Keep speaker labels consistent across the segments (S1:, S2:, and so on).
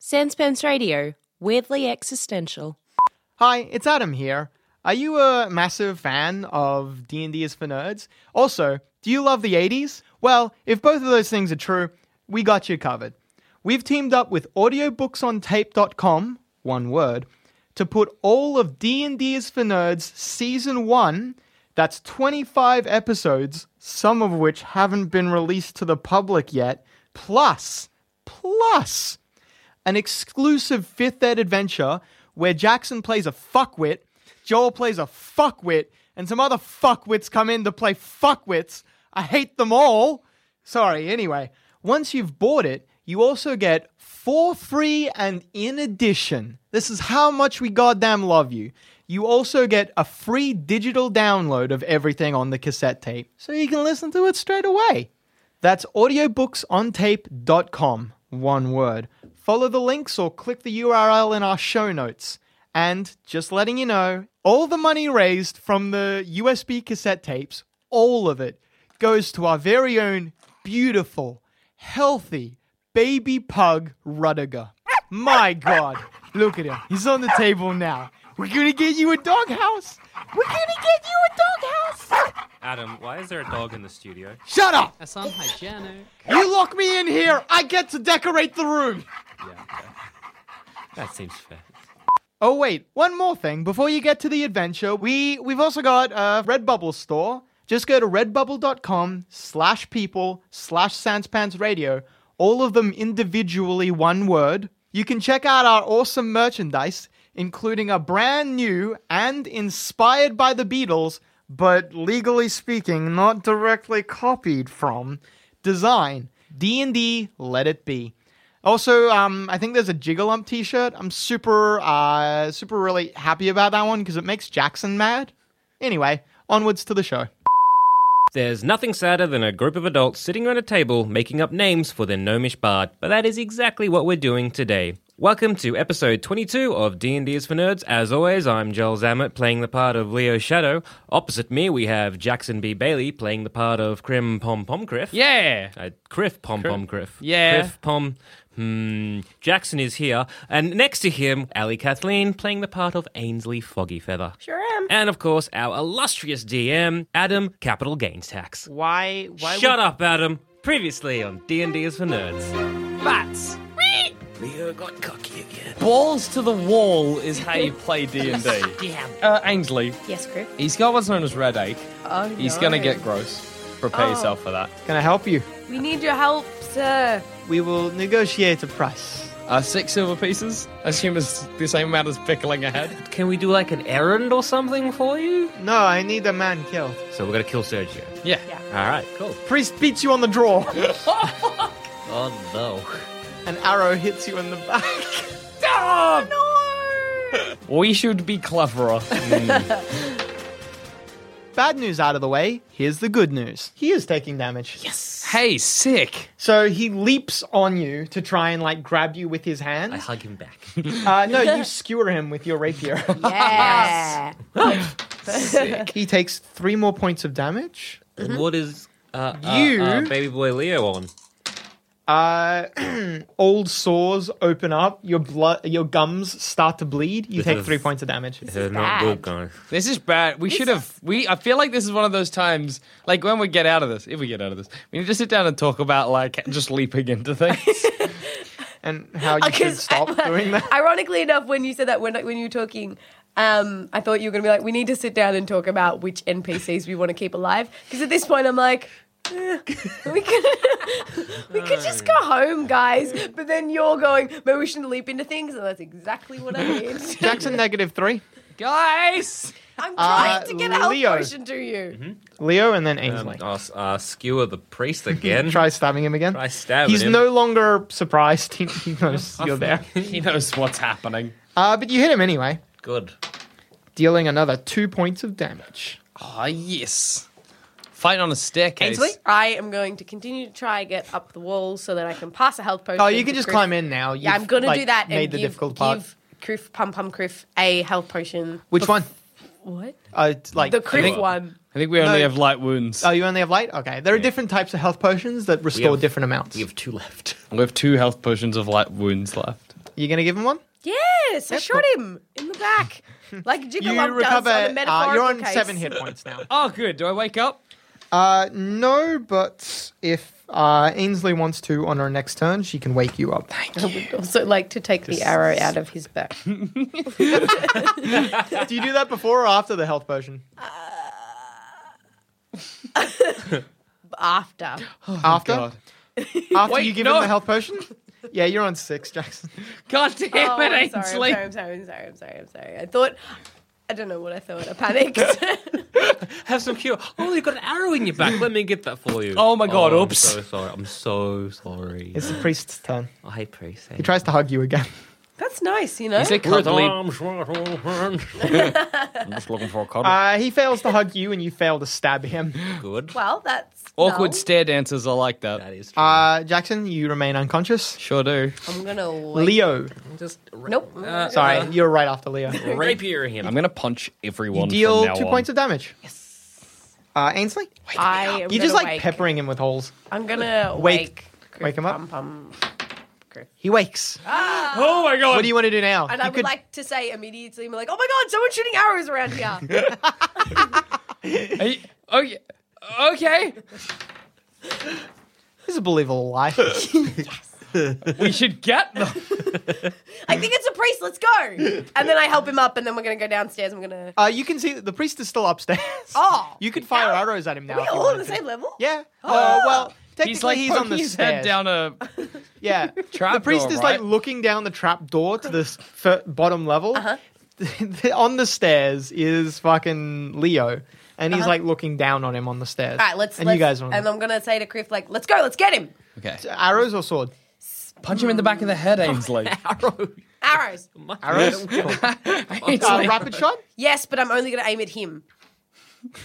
S1: Sandspence Radio, weirdly existential.
S2: Hi, it's Adam here. Are you a massive fan of D&D is for nerds? Also, do you love the 80s? Well, if both of those things are true, we got you covered. We've teamed up with audiobooksontape.com, one word, to put all of D&D is for nerds season 1, that's 25 episodes, some of which haven't been released to the public yet, plus plus an exclusive fifth ed adventure where Jackson plays a fuckwit, Joel plays a fuckwit, and some other fuckwits come in to play fuckwits. I hate them all. Sorry, anyway. Once you've bought it, you also get for free and in addition, this is how much we goddamn love you. You also get a free digital download of everything on the cassette tape so you can listen to it straight away. That's audiobooksontape.com, one word. Follow the links or click the URL in our show notes. And just letting you know, all the money raised from the USB cassette tapes, all of it, goes to our very own beautiful, healthy baby pug Rudiger. My God, look at him. He's on the table now. We're gonna get you a doghouse. We're gonna get you a doghouse.
S3: Adam, why is there a dog in the studio?
S2: Shut up.
S4: That's unhygienic.
S2: You lock me in here. I get to decorate the room.
S3: That seems fair.
S2: Oh wait, one more thing before you get to the adventure. We we've also got a Redbubble store. Just go to redbubble.com slash people slash Sanspants Radio. All of them individually one word. You can check out our awesome merchandise, including a brand new and inspired by the Beatles, but legally speaking, not directly copied from design. D&D Let It Be. Also, um, I think there's a Jigalump T-shirt. I'm super, uh, super really happy about that one because it makes Jackson mad. Anyway, onwards to the show.
S3: There's nothing sadder than a group of adults sitting around a table making up names for their gnomish bard, but that is exactly what we're doing today. Welcome to episode 22 of D&D is for Nerds. As always, I'm Joel Zammett playing the part of Leo Shadow. Opposite me, we have Jackson B. Bailey playing the part of Crim Pom Pom Criff.
S4: Yeah.
S3: Uh, Criff Pom Pom Criff.
S4: Yeah.
S3: Criff Pom. Hmm. Jackson is here, and next to him, Ali Kathleen playing the part of Ainsley Foggy Feather. Sure am. And of course, our illustrious DM, Adam Capital Gains Tax.
S2: Why? Why?
S3: Shut up, Adam. Previously on D and D is for Nerds.
S4: Bats.
S3: Leo got cocky again.
S4: Balls to the wall is how you play D and D.
S3: Damn.
S4: Uh, Ainsley,
S1: Yes, Griff.
S4: he's got what's known as red ache.
S1: Oh,
S4: He's gonna get gross. Prepare yourself for that.
S2: Can I help you?
S1: We need your help, sir.
S2: We will negotiate a price.
S4: Uh, six silver pieces. Assume is the same amount as pickling a head.
S3: Can we do like an errand or something for you?
S2: No, I need a man killed.
S3: So we're gonna kill Sergio.
S4: Yeah.
S1: Yeah.
S3: All right. Cool.
S2: Priest beats you on the draw.
S3: Oh no.
S2: An arrow hits you in the back.
S4: We should be cleverer.
S2: Bad news out of the way. Here's the good news. He is taking damage. Yes.
S4: hey, sick.
S2: So he leaps on you to try and like grab you with his hand.
S3: I hug him back.
S2: Uh, no, you skewer him with your rapier.
S1: Yeah.
S2: he takes three more points of damage.
S3: And what is uh, uh,
S2: You-
S3: uh, baby boy Leo on?
S2: Uh, old sores open up. Your blood, your gums start to bleed. You
S3: This
S2: take
S3: is-
S2: three points of damage.
S3: They're
S1: bad.
S3: not good, guys.
S4: This is bad. We should have. We. I feel like this is one of those times. Like when we get out of this, if we get out of this, we need to sit down and talk about like just leaping into things.
S2: And how you should
S1: Because
S2: stop doing that.
S1: Ironically enough, when you said that, when when you were talking, um, I thought you were going to be like, we need to sit down and talk about which NPCs we want to keep alive. Because at this point, I'm like. eh, we could we could just go home, guys. But then you're going, maybe we shouldn't leap into things, and that's exactly what I did.
S2: Jackson negative three.
S4: Guys!
S1: I'm trying
S2: Uh,
S1: to get a health
S2: Leo. Mm-hmm.
S1: potion to you.
S2: Leo and then
S3: Um,
S2: Ainsley.
S3: I'll s- uh, skewer the priest again.
S2: Try stabbing him again.
S3: Try stabbing
S2: He's
S3: him.
S2: no longer surprised. He, he knows you're there.
S4: He knows what's happening.
S2: Uh, but you hit him anyway,
S3: Good.
S2: dealing another two points of damage.
S4: Ah, yes. Fight on a staircase.
S1: Ainsley, I am going to continue to try and get up the wall so that I can pass a health potion.
S2: Oh, you
S1: to
S2: can just
S1: Criff.
S2: climb in now.
S1: Yeah,
S2: You've,
S1: I'm going to
S2: like,
S1: do that
S2: Made
S1: and
S2: the
S1: give,
S2: difficult part.
S1: give Criff, Pum Pum Criff, a health potion.
S2: Which
S1: Bef-
S2: one?
S1: What?
S2: Uh, it's like
S1: The Criff
S4: think-
S1: one.
S4: I think we only
S2: No.
S4: have light wounds.
S2: Oh, you only have light. Okay, there are different types of health potions that restore
S3: have-
S2: different amounts.
S3: We have two left.
S4: we have two health potions of light wounds left.
S2: You're gonna give him one.
S1: Yes, I shot him in the back. Like Jigalum does on a metaphorical
S2: uh, you're on
S1: case.
S2: seven hit points now.
S4: Oh, good. Do I wake up?
S2: Uh, no, but if uh, Ainsley wants to on her next turn, she can wake you up.
S1: I would also like to take the arrow out of his back.
S2: Do you do that before or after the health potion?
S1: After.
S2: after.
S4: God.
S2: After
S4: Wait,
S2: you give
S4: no.
S2: him the health potion. Yeah, you're on six, Jackson.
S4: God damn
S1: Oh,
S4: it,
S1: I'm sorry,
S4: Ainsley.
S1: I'm sorry, I'm sorry, I'm sorry, I'm sorry. I thought, I don't know what I thought. I panicked.
S3: Have some cure. Oh, you've got an arrow in your back. Let me get that for you.
S4: Oh my God,
S3: I'm
S4: oops.
S3: so sorry. I'm so sorry. Oh,
S2: It's the priest's turn.
S3: I hate priests.
S2: He tries to hug you again.
S1: That's nice, you know?
S4: He's a cuddly.
S3: just looking for a
S2: Uh, he fails to hug you, and you fail to stab him.
S3: Good.
S1: well, that's
S4: Awkward
S1: no.
S4: stair dancers are like that.
S3: That is true.
S2: Uh, Jackson, you remain unconscious.
S4: Sure do.
S1: I'm gonna wait.
S2: Leo,
S3: just ra-
S1: Nope.
S3: Uh,
S2: sorry, you're right after Leo.
S3: rapier him.
S4: I'm going to punch everyone.
S2: You deal
S4: from now
S2: two
S4: on.
S2: points of damage. Yes. Uh, Ainsley,
S1: I am
S2: you're
S1: gonna
S2: just like
S1: wake.
S2: peppering him with holes.
S1: I'm gonna
S2: Wake.
S1: wake.
S2: Wake him up.
S1: Pum, pum. Griff.
S2: He wakes.
S4: Oh my god.
S2: What do you want to do now?
S1: And
S2: you
S1: I would like to say immediately, I'm like, oh my god, someone's shooting arrows around here.
S4: Are you- okay. Okay.
S2: This is a believable lie.
S4: we should get them.
S1: I think it's a priest. Let's go. And then I help him up, and then we're gonna go downstairs. and We're gonna.
S2: uh, you can see that the priest is still upstairs.
S1: Oh,
S2: You could fire arrows at him now.
S1: are we
S2: if you
S1: all on
S2: wanted
S1: the
S2: to.
S1: same Oh. level?
S2: Yeah. Uh, well, technically
S4: He's like
S2: he's on the
S4: poking his
S2: stairs.
S4: head down a.
S2: Yeah.
S4: Trap
S2: the priest
S4: door,
S2: is like
S4: right?
S2: looking down the trap door to this f- bottom level.
S1: Uh-huh.
S2: on the stairs is fucking Leo, and he's like looking down on him on the stairs.
S1: Uh-huh. All right, let's.
S2: And
S1: let's
S2: you guys are on
S1: and
S2: the-
S1: I'm gonna say to Griff, like, let's go, let's get him.
S4: Okay.
S2: arrows or sword?
S4: Punch him in the back of the head, Ainsley.
S1: Arrows.
S2: Arrows. uh,
S4: Ainsley.
S2: rapid shot.
S1: Yes, but I'm only gonna aim at him.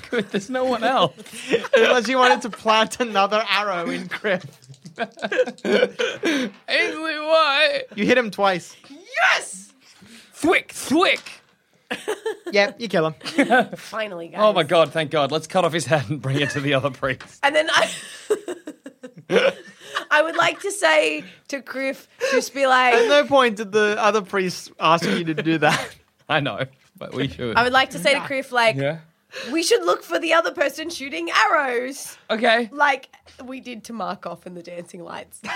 S4: Good. There's no one else.
S2: Unless you wanted to plant another arrow in Griff.
S4: Ainsley, why?
S2: You hit him twice.
S1: Yes.
S4: Thwick, thwick.
S2: Yeah, you kill him.
S1: Finally, guys.
S4: Oh my god, thank god. Let's cut off his head and bring it to the other priest.
S1: And then I, I would like to say to Griff, just be
S2: At
S1: like,
S2: no point did the other priest ask you to do that.
S4: I know, but we should.
S1: I would like to say to Griff, like,
S4: yeah.
S1: we should look for the other person shooting arrows,
S4: Okay.
S1: like we did to Markov in the Dancing Lights. and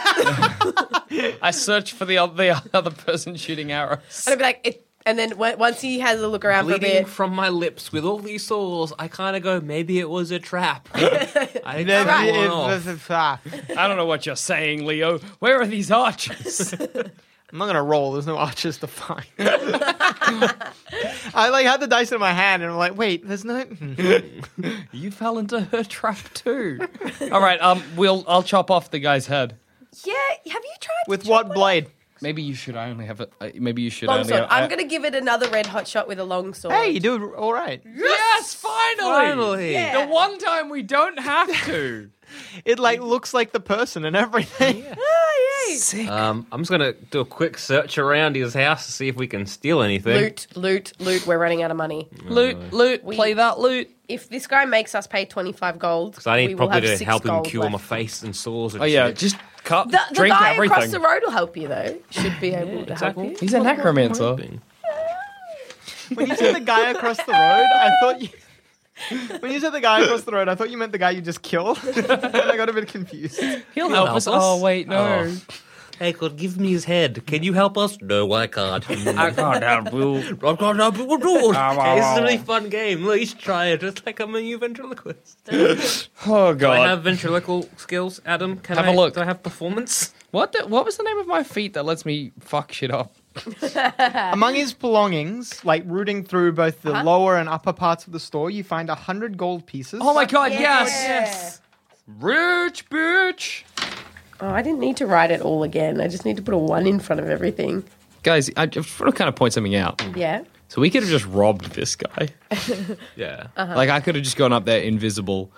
S4: I search for the other, the other person shooting arrows.
S1: I'd be like, it, and then w- once he has a look around for a
S3: Bleeding
S1: bit,
S3: from my lips with all these sores, I kind of go, maybe it was a trap. I
S2: Then
S3: cut
S2: it-
S3: one
S2: it-
S3: off.
S2: ah.
S4: I don't know what you're saying, Leo. Where are these archers?
S2: I'm not gonna roll. There's no archers to find. I like had the dice in my hand, and I'm like, wait, there's no. hmm.
S4: you fell into her trap too. All right, um, we'll I'll chop off the guy's head.
S1: yeah, have you tried
S2: With
S1: to
S2: what
S1: chop
S2: blade?
S4: Maybe you should only have a. uh, Maybe you should
S1: one- Long
S4: only.
S1: sword.
S4: have-
S3: "Ah."
S1: I'm gonna give it another red hot shot with a long sword.
S2: Hey, you do all right.
S4: Yes, finally.
S3: Finally.
S1: Yeah.
S4: The one time we don't have to.
S2: It like looks like the person and everything.
S1: Oh, yay.
S3: Um, I'm just going to do a quick search around his house to see if we can steal anything.
S1: Loot, loot, loot. We're running out of money.
S4: loot, loot,
S1: We-
S4: play that loot.
S1: If this guy makes us pay 25 gold,
S3: So I need
S1: we will
S3: probably
S1: have
S3: to
S1: six
S3: help him
S1: gold
S3: cure
S1: left.
S3: my face and sores. And
S4: Oh yeah,
S3: shit.
S4: just cut,
S1: The, the
S4: drink
S1: guy
S4: everything.
S1: across the road will help you though. Should be able to
S3: exactly.
S1: help you.
S4: He's a necromancer.
S3: Hoping.
S2: when you said the guy across the road, I thought you. When you said the guy across the road, I thought you meant the guy you just killed. and I got a bit confused.
S4: He'll
S3: He'll
S4: help,
S3: help
S4: us.
S3: us.
S4: Oh wait, no.
S3: Oh. Hey, God, give me his head. Can you help us? No, I can't. I
S4: can't help you.
S3: I've got no people rules.
S4: Ah, wow,
S3: It's a
S4: wow.
S3: really fun game. Let's try it. It's like I'm a new ventriloquist.
S4: Oh god.
S3: I have ventriloquial skills, Adam. Can
S4: Have
S3: I
S4: a look.
S3: Do I have performance?
S4: What the, what was the name of my feat that lets me fuck shit up?
S2: Among his belongings, like rooting through both the
S4: Uh-huh.
S2: lower and upper parts of the store, you find a hundred gold pieces.
S4: Oh my god,
S1: Yeah.
S4: yes. Rich bitch.
S1: Oh, I didn't need to write it all again. I just need to put a one in front of everything.
S4: Guys, I just want to kind of point something out.
S1: Yeah.
S4: So we could have just robbed this guy.
S3: Yeah.
S4: Like I could have just gone up there invisible,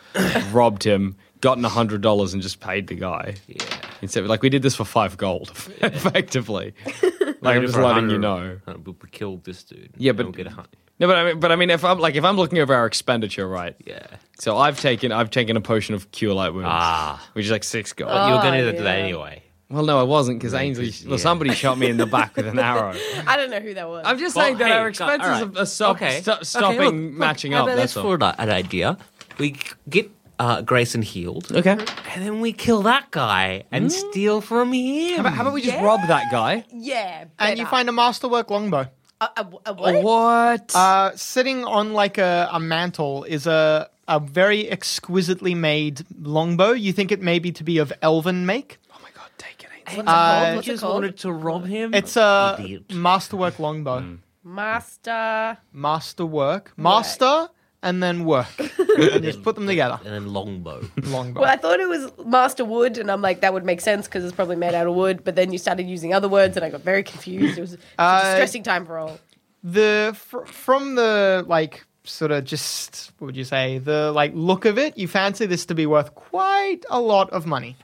S4: robbed him, gotten hundred dollars, and just paid the guy. Yeah. Instead, of- like we did this for five gold, effectively. like I'm just letting you know.
S3: We killed this dude.
S4: Yeah, but-
S3: We'll get a hundred.
S4: No, but I mean, but I mean, if I'm like if I'm looking over our expenditure, right?
S3: Yeah.
S1: Oh,
S4: So I've taken I've taken a potion of cure light wounds,
S3: Ah.
S4: which is like six gold.
S3: But you were going
S1: Oh,
S3: to do that
S1: yeah.
S3: anyway.
S4: Well, no, I wasn't because Ainsley.
S3: 'cause-
S4: Well,
S3: yeah.
S4: somebody shot me in the back with an arrow.
S1: I don't know who that was.
S4: I'm just
S3: Well,
S4: saying that
S3: hey, God,
S4: our expenses
S3: all right.
S4: are, are stop,
S3: Okay.
S4: sto-
S3: Okay,
S4: stopping
S3: look, look,
S4: matching
S3: how
S4: up.
S3: about
S4: That's,
S3: this
S4: all.
S3: for an an idea. We get uh, Grayson healed,
S4: Okay.
S3: and then we kill that guy and steal from him.
S4: How about, how about we just rob that guy?
S1: yeah.
S2: and you
S1: better.
S2: find a masterwork longbow.
S1: a, a, a
S3: Oh.
S1: what?
S4: What?
S2: Uh, sitting on like a, a mantle is a, a very exquisitely made longbow. You think it may be to be of elven make.
S4: oh my god, take it, Ainsley.
S1: What's it called?
S3: I
S1: What's it
S3: Uh, just
S1: called?
S3: wanted to rob him.
S2: It's uh, mm, a
S3: Idiot.
S2: masterwork longbow.
S1: Master.
S2: Masterwork. Master and then work. and just put them together.
S3: and then longbow.
S2: Longbow.
S1: Well, I thought it was master wood, and I'm like, that would make sense because it's probably made out of wood. But then you started using other words, and I got very confused. It was, it was
S2: Uh,
S1: a distressing time for all.
S2: the fr- from the like sort of just what would you say the like look of it you fancy this to be worth quite a lot of money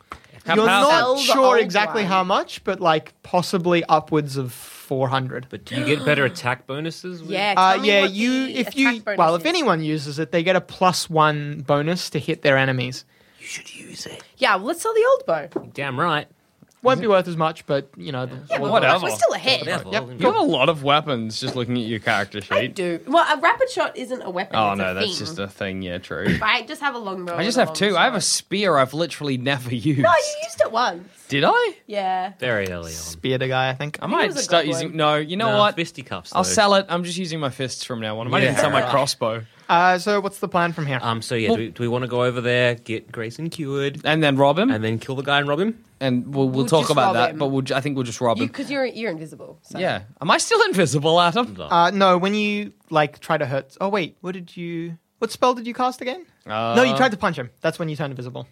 S2: you're
S1: Sell
S2: not
S1: the
S2: sure
S1: old
S2: exactly
S1: one.
S2: how much but like possibly upwards of 400
S3: But do you get better attack bonuses? With-
S1: Yeah.
S2: uh,
S1: tell me
S2: yeah
S1: what
S2: you
S1: the
S2: if you
S1: attack
S2: well
S1: bonus
S2: if
S1: is.
S2: anyone uses it they get a plus one bonus to hit their enemies
S3: you should use it.
S1: Yeah, well, let's sell the old bow.
S3: Damn right.
S2: won't be worth as much but you know the-
S1: Yeah, but
S4: Whatever.
S1: We're still ahead.
S3: Whatever.
S4: You have a lot of weapons just looking at your character sheet.
S1: I do. Well, a rapid shot isn't a weapon.
S4: Oh
S1: it's
S4: no,
S1: a
S4: that's
S1: thing.
S4: just a thing. Yeah, true.
S1: I just have a longbow.
S4: I just
S1: and
S4: have two.
S1: long
S4: I have a
S1: sword.
S4: spear I've literally never used.
S1: No, you used it once.
S4: Did I?
S1: Yeah.
S3: Very early on.
S2: spear guy i think
S4: I
S1: it
S4: might
S1: was a
S4: start
S1: good
S4: using.
S1: one.
S4: No, you know
S3: No,
S4: what?
S3: Fisticuffs.
S4: I'll
S3: though.
S4: sell it. I'm just using my fists from now on. I might even
S3: Yeah.
S4: sell my crossbow
S2: uh, so what's the plan from here
S3: Um. So yeah, do, we, do we want to go over there, get Grayson cured,
S4: and then rob him,
S3: and
S4: and,
S3: then kill the guy and rob him?
S4: we'll, we'll,
S1: We'll
S4: talk
S1: just
S4: about
S1: rob
S4: that.
S1: him.
S4: But we'll, ju- I think we'll just rob him.
S1: Because you, are you're invisible. So.
S4: Yeah. Am I still invisible, Adam?
S2: Uh, no, when you like try to hurt. Oh wait, what did you? What spell did you cast again? no, you tried to punch him. That's when you turn invisible.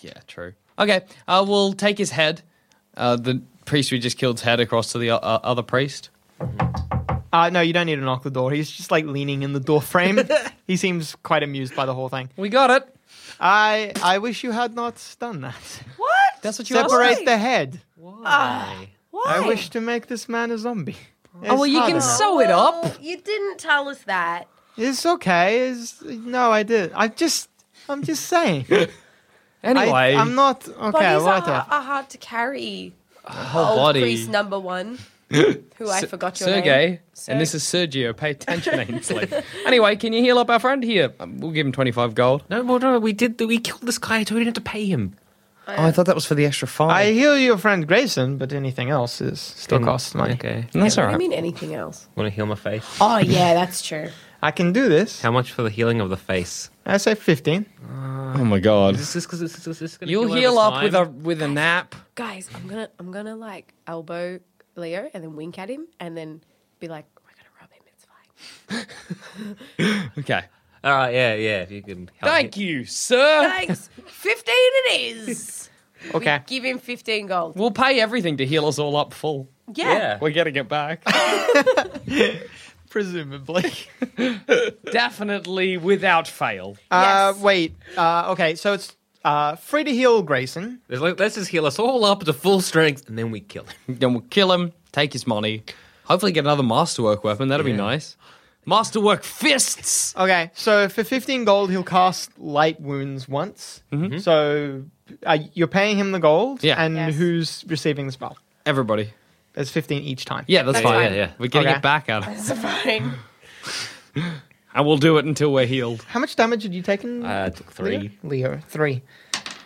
S4: Yeah, true. Okay, uh, we'll take his head, uh, the priest we just killed's head across to the uh, uh, other priest.
S2: Uh, no, you don't need to knock the door. He's just like leaning in the door frame. he seems quite amused by the whole thing.
S4: We got it.
S2: I I wish you had not done that.
S1: What?
S4: That's what you asked.
S2: Separate
S1: me?
S2: the head.
S3: Why?
S1: Why?
S2: I wish to make this man a zombie.
S4: Oh, well,
S2: It's
S4: you
S2: hard
S4: can
S2: enough.
S4: sew it up.
S1: Well, You didn't tell us that.
S2: It's okay. It's, no, I did. I just. I'm just saying.
S4: Anyway,
S2: I, I'm not okay.
S1: Bodies
S2: What?
S1: are, are hard to carry.
S4: whole
S2: Oh,
S1: Old
S4: body.
S1: priest number one, who I forgot your
S4: Sergey,
S1: name.
S4: and this is Sergio. Pay attention, Ainsley. anyway, can you heal up our friend here? Um, we'll give him twenty-five gold.
S3: No, well, no, we did. We killed this guy, so we didn't have to pay him.
S4: Oh, I thought that was for the
S2: I
S4: extra five.
S2: heal your friend Grayson, but anything else is still costs money.
S3: Okay.
S4: That's all
S1: I
S4: right.
S1: mean anything else.
S3: Want to heal my face?
S1: Oh yeah, that's true.
S2: I can do this.
S3: How much for the healing of the face?
S2: I say 15.
S4: oh my god.
S3: Is this because it's, it's going to
S4: You'll heal up with a with a nap.
S1: Guys, I'm gonna I'm gonna like elbow Leo and then wink at him and then be like, we're gonna rub him. It's fine.
S4: Okay.
S3: All right. Yeah. Yeah. If you can. Help
S4: Thank you, sir.
S1: Thanks. Fifteen it is.
S2: Okay.
S1: We give him fifteen gold.
S4: We'll pay everything to heal us all up full.
S1: Yeah.
S4: We're getting it back.
S2: Presumably.
S4: Definitely without fail.
S2: Uh,
S1: Yes.
S2: wait. Uh, okay, so it's uh, free to heal Grayson.
S3: There's like, let's just heal us all up to full strength, and then we kill him.
S4: Then we'll kill him, take his money, hopefully get another masterwork weapon. That'll be nice. Masterwork fists!
S2: Okay, so for 15 gold, he'll cast light wounds once. So uh, you're paying him the gold,
S4: Yeah.
S2: and
S1: Yes.
S2: who's receiving the spell?
S4: Everybody.
S2: It's 15 each time.
S4: Yeah, that's,
S1: That's
S4: fine.
S1: fine.
S4: Yeah, yeah. We're getting
S2: Okay.
S4: it back out of him.
S1: It's fine.
S4: And we'll do it until we're healed.
S2: How much damage had you taken?
S3: Uh, I took three.
S2: Leo, Leo, three.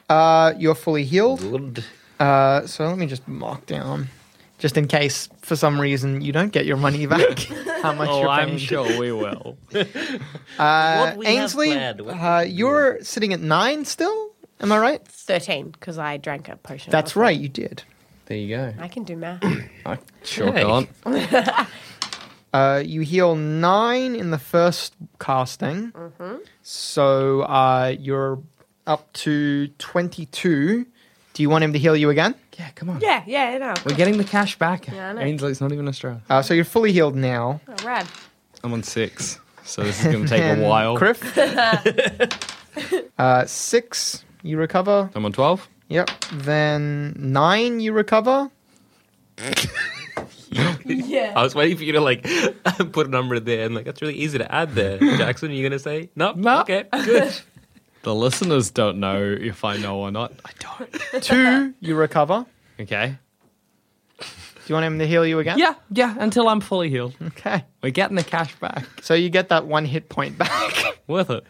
S2: Uh, you're fully healed.
S3: Good.
S2: Uh, so let me just mark down, just in case for some reason you don't get your money back. how much
S4: Oh,
S2: you're
S4: I'm
S2: paying.
S4: sure we will.
S2: Uh,
S3: What we have
S2: Ainsley,
S3: planned, what-
S2: uh, you're sitting at nine still. Am I right?
S1: Thirteen, because I drank a potion.
S2: That's
S1: before.
S2: right, you did.
S4: There you go.
S1: I can do math.
S4: I sure
S3: Hey.
S4: can't.
S2: Uh, you heal nine in the first casting. So uh, you're up to 22. Do you want him to heal you again?
S4: Yeah, come on.
S1: yeah, yeah, I know.
S4: We're getting the cash back.
S1: Yeah, I know.
S4: Ainsley's not even Australian.
S2: Uh, so you're fully healed now.
S1: Oh, rad.
S4: I'm on six, so this is going to take a
S2: And
S3: Oh.
S4: while.
S2: Criff. uh, six, you recover.
S4: I'm on 12.
S2: Yep. Then nine, you recover.
S1: Yeah.
S3: I was waiting for you to like put a number there, and like that's really easy to add there. Jackson, you gonna say no?
S4: Oh, No.
S3: Okay, good.
S4: The listeners don't know if I know or not. I don't.
S2: Two, you recover.
S4: Okay.
S2: Do you want him to heal you again?
S4: Yeah, yeah, until I'm fully healed.
S2: Okay.
S4: We're getting the cash back.
S2: So you get that one hit point back
S4: Worth it.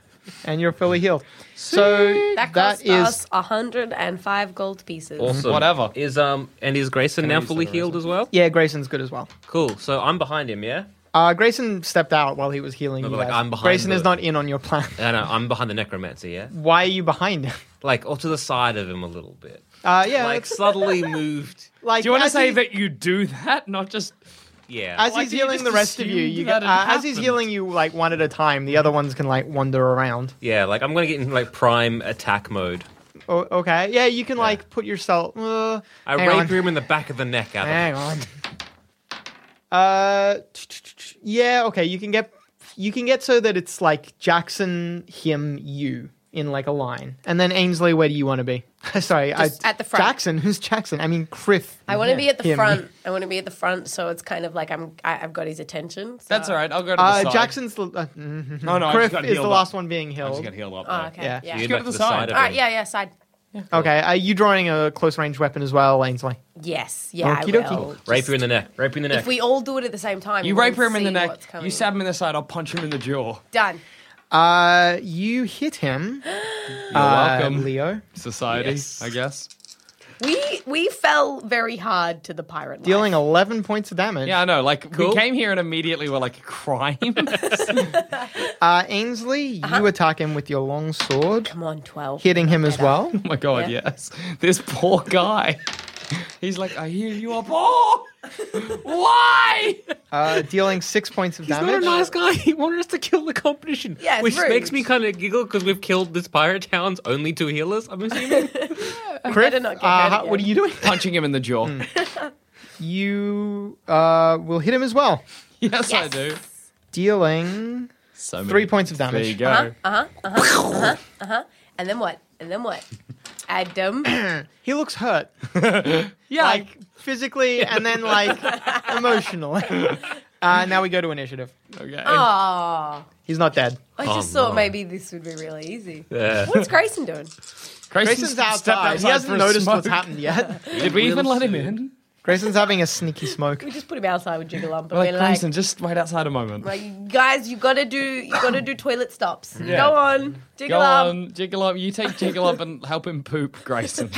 S2: and you're fully healed. So that
S1: That cost
S2: is
S1: us 105 gold pieces.
S3: awesome.
S4: Whatever.
S3: Is um and is Grayson
S4: Can I
S3: now
S4: use
S3: fully
S4: that, Grayson?
S3: healed as well?
S2: Yeah, Grayson's good as well.
S3: Cool. So I'm behind him. Yeah.
S2: Uh, Grayson stepped out while he was healing
S3: No,
S2: you.
S3: but, like,
S2: guys.
S3: I'm behind
S2: Grayson
S3: the-
S2: is not in on your plan.
S3: I know. Uh, I'm behind the necromancer. Yeah.
S2: Why are you behind him?
S3: Like or to the side of him a little bit.
S2: Uh, yeah,
S3: Like
S2: it's-
S3: subtly moved.
S2: like
S4: Do you want to
S2: as
S4: say
S2: he-
S4: that you do that, not just?
S3: Yeah.
S2: as
S4: Why
S2: he's
S4: do you
S2: healing
S4: just
S2: the rest of you,
S4: assume
S2: you
S4: that
S2: get,
S4: it
S2: uh, as he's
S4: happened?
S2: healing you like one at a time, the other ones can like wander around.
S3: yeah. Like I'm gonna get in like prime attack mode.
S2: O-
S4: Oh,
S2: okay, yeah, you can like put yourself. Uh,
S3: I
S2: hang
S3: rape
S2: on.
S3: him in the back of the neck, Adam.
S2: Hang on. Uh, yeah, okay, you can get you can get so that it's like Jackson, him, you in like a line, and then Ainsley, where do you want to be? Sorry,
S1: Just
S2: I,
S1: at the front.
S2: Jackson, who's Jackson? I mean, Criff. Uh,
S1: I want to be at the
S2: Him.
S1: front. I want to be at the front, so it's kind of like I'm. I, I've got his attention. so-
S4: That's all right. I'll go to the
S2: Uh,
S4: side.
S2: Jackson's the uh, mhm.
S4: No, no, I just
S2: Griff
S4: got
S2: is the
S4: healed up.
S2: last one being
S4: I just
S2: held.
S4: got healed up.
S1: Oh,
S4: though.
S1: okay.
S2: Yeah.
S1: Yeah.
S3: You get
S4: go
S3: back to
S4: to
S3: the
S4: the side.
S3: side. of
S1: All right.
S3: him.
S1: Yeah. Yeah. Side.
S2: Okay, are you drawing a close range weapon as well, Ainsley?
S1: Yes. Yeah.
S2: Okie
S1: I
S2: dokie.
S1: will.
S3: Rape you in the neck. Rape you in the neck.
S1: If we all do it at the same time,
S4: You
S1: we'll
S4: rape him in the
S1: see
S4: neck.
S1: what's coming.
S4: You stab him in the side. I'll punch him in the jaw.
S1: Done.
S2: Uh, you hit him.
S4: You're
S2: Uh,
S4: welcome,
S2: Leo.
S4: society.
S3: Yes.
S4: I guess.
S1: We we fell very hard to the pirate.
S2: Dealing
S1: life.
S2: 11 points of damage.
S4: Yeah, I know. Like
S3: Cool.
S4: we came here and immediately we're like crime. Oh
S2: Uh, Ainsley,
S1: Uh-huh.
S2: you attack him with your long sword,
S1: Come on, twelve.
S2: hitting him as
S1: Better.
S2: well.
S4: Oh my god,
S1: Yeah.
S4: yes. This poor guy. He's like, I hear you are poor. Why?
S2: Uh, dealing six points of
S3: He's
S2: damage.
S3: not a nice guy. He wanted us to kill the competition.
S1: Yeah, it's
S3: which
S1: rude.
S3: makes me kind of giggle because we've killed this pirate town's only two healers. I'm assuming.
S2: Griff,
S1: Better not get
S2: uh,
S1: hurt
S2: how- what are
S1: again.
S2: you doing?
S4: Punching him in the jaw.
S2: Hmm. You uh, will hit him as well,
S4: Yes, I do.
S2: dealing
S4: So many-
S2: three points of
S4: There you
S2: damage.
S4: go.
S1: And then what? And then what? Adam.
S2: He looks hurt,
S4: Yeah,
S2: like physically and then like emotionally. Uh, now we go to initiative.
S1: Uh-huh.
S4: okay.
S1: Oh. Aw.
S2: He's not dead.
S1: I just thought maybe this would be really easy.
S3: Yeah.
S1: What's Grayson doing?
S2: Grayson's
S4: stepped
S2: outside. He
S4: for a
S2: hasn't noticed
S4: smoke.
S2: what's happened yet.
S4: Did we even let him in?
S2: Grayson's having a sneaky smoke.
S1: We just put him outside with Jigalump, and
S4: We're like,
S1: we're like,
S4: Grayson, just wait outside a moment.
S1: like, guys, you gotta do, you gotta do toilet stops.
S4: Yeah.
S1: Go on,
S4: Go
S1: Jigalump.
S4: on, jiggle up. You take jiggle up and help him poop, Grayson.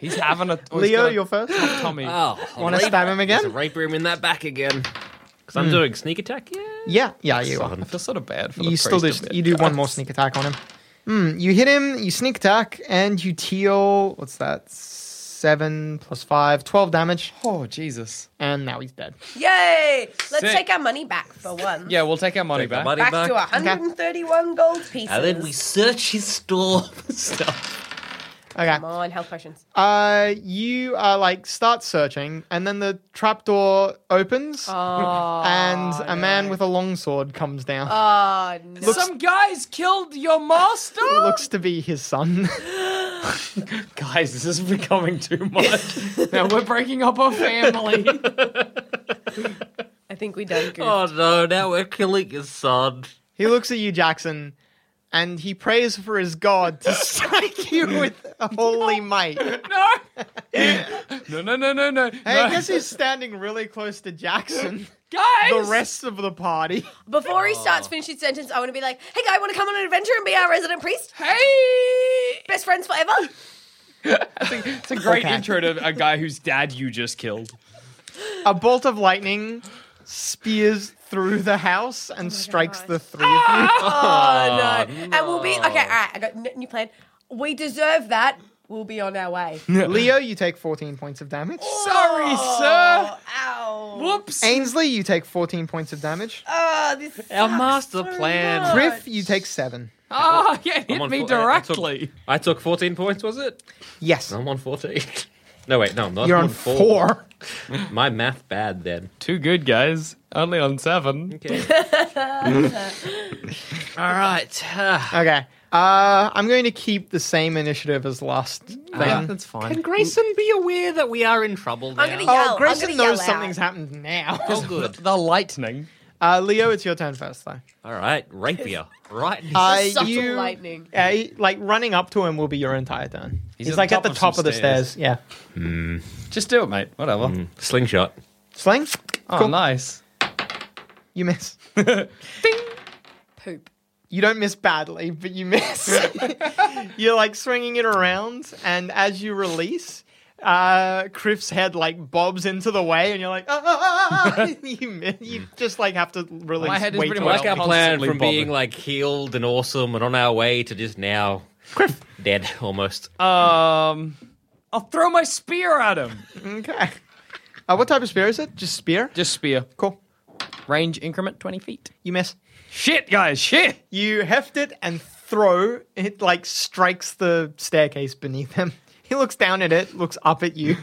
S4: he's having a oh, he's
S2: Leo,
S4: got a
S2: you're first.
S4: Tommy.
S3: Oh,
S2: Want to stab him
S3: There's a
S2: again?
S3: rape room in that back again. Because I'm doing sneak attack. Yeah.
S2: Yeah, yeah, you are.
S4: I feel sort of bad for the
S2: You still do.
S4: priest a bit.
S2: You do one more sneak attack on him. Hmm. You hit him. You sneak attack, and you deal what's that? Seven plus five, 12 damage,
S4: Oh Jesus.
S2: and now he's dead.
S1: Yay! Let's
S4: Sick.
S1: take our money back for one.
S4: Yeah, we'll take our money back.
S3: Money
S1: Back,
S3: back.
S1: to 131 gold pieces.
S3: And then we search his store for stuff.
S2: Okay.
S1: Come on, health potions.
S2: Uh, you uh like start searching, and then the trapdoor opens,
S1: Ah.
S2: and a man with a longsword comes down.
S1: Oh, no.
S4: Some guys killed your master.
S2: Looks to be his son.
S4: guys, this is becoming too much. now we're breaking up our family.
S1: I think we done good.
S4: Ah.
S3: Oh no! Now we're killing his son.
S2: He looks at you, Jackson, and he prays for his god to strike you with a holy might. Hey,
S4: no. no, no, no, no, no.
S2: I guess he's standing really close to Jackson,
S4: guys.
S2: the rest of the party.
S1: Before he starts finishing sentence, I want to be like, hey, guy, want to come on an adventure and be our resident priest?
S4: Hey.
S1: Best friends forever?
S4: It's a great
S2: Okay.
S4: intro to a guy whose dad you just killed.
S2: A bolt of lightning spears through the house and strikes
S1: Oh gosh.
S2: the three
S4: Ah!
S2: of you.
S1: Ah, Oh, no. And we'll be, okay, all right, I got n- new plan. We deserve that. We'll be on our way.
S2: Leo, you take 14 points of damage.
S4: Sorry, sir.
S1: Oh, ow.
S4: Whoops.
S2: Ainsley, you take 14 points of damage.
S1: Oh, this
S5: Our
S1: sucks
S5: master
S1: so
S5: plan.
S1: much.
S2: Griff, you take 7.
S4: Oh, yeah,
S3: I'm
S4: hit
S3: on
S4: me
S3: four- I- I took-
S4: directly.
S3: I took 14 points, was it?
S2: Yes.
S3: I'm on 14. No, wait, no, I'm not.
S2: You're
S3: I'm
S2: on 4.
S3: My math bad then.
S4: Too good, guys. Only on seven.
S3: Okay.
S5: All right. Ah,
S2: Okay. Uh, I'm going to keep the same initiative as last thing.
S4: Ah.
S5: that's fine. Can Grayson be aware that we are in trouble now?
S1: I'm gonna
S2: oh,
S1: yell.
S2: Grayson
S1: I'm gonna
S2: knows
S1: yell
S2: something's
S1: out.
S2: happened now.
S5: Oh, good.
S4: The lightning.
S2: Uh, Leo, it's your turn first, though.
S3: All right, rapier.
S5: Right.
S2: Uh,
S1: Subtle
S2: you,
S1: lightning.
S2: uh, he- like running up to him will be your entire turn. He's,
S4: at
S2: like
S4: the
S2: at the
S4: top
S2: top
S4: of
S2: of,
S4: some
S2: the
S4: stairs.
S2: stairs. Yeah.
S4: Just do it, mate. Whatever.
S3: Slingshot.
S2: Sling.
S4: Oh,
S2: Cool.
S4: nice.
S2: You miss.
S1: Poop.
S2: You don't miss badly, but you miss. You're like swinging it around, and as you release, uh, Criff's head like bobs into the way, and you're like, ah, ah, ah, ah," you, mi- you just like have to release.
S4: My head is
S2: way
S4: pretty
S2: too
S4: much
S3: Like
S2: early.
S3: our plan
S4: Constantly
S3: from being
S4: bothered.
S3: like healed and awesome and on our way to just now dead almost.
S1: Uh,
S4: Um, I'll throw my spear at him.
S2: Okay. Uh, what type of spear is it? Just spear?
S4: Just spear.
S2: Cool.
S4: Range increment 20 feet.
S2: You miss.
S4: Shit, guys, shit.
S2: You heft it and throw. It like strikes the staircase beneath him. He looks down at it, looks up at you,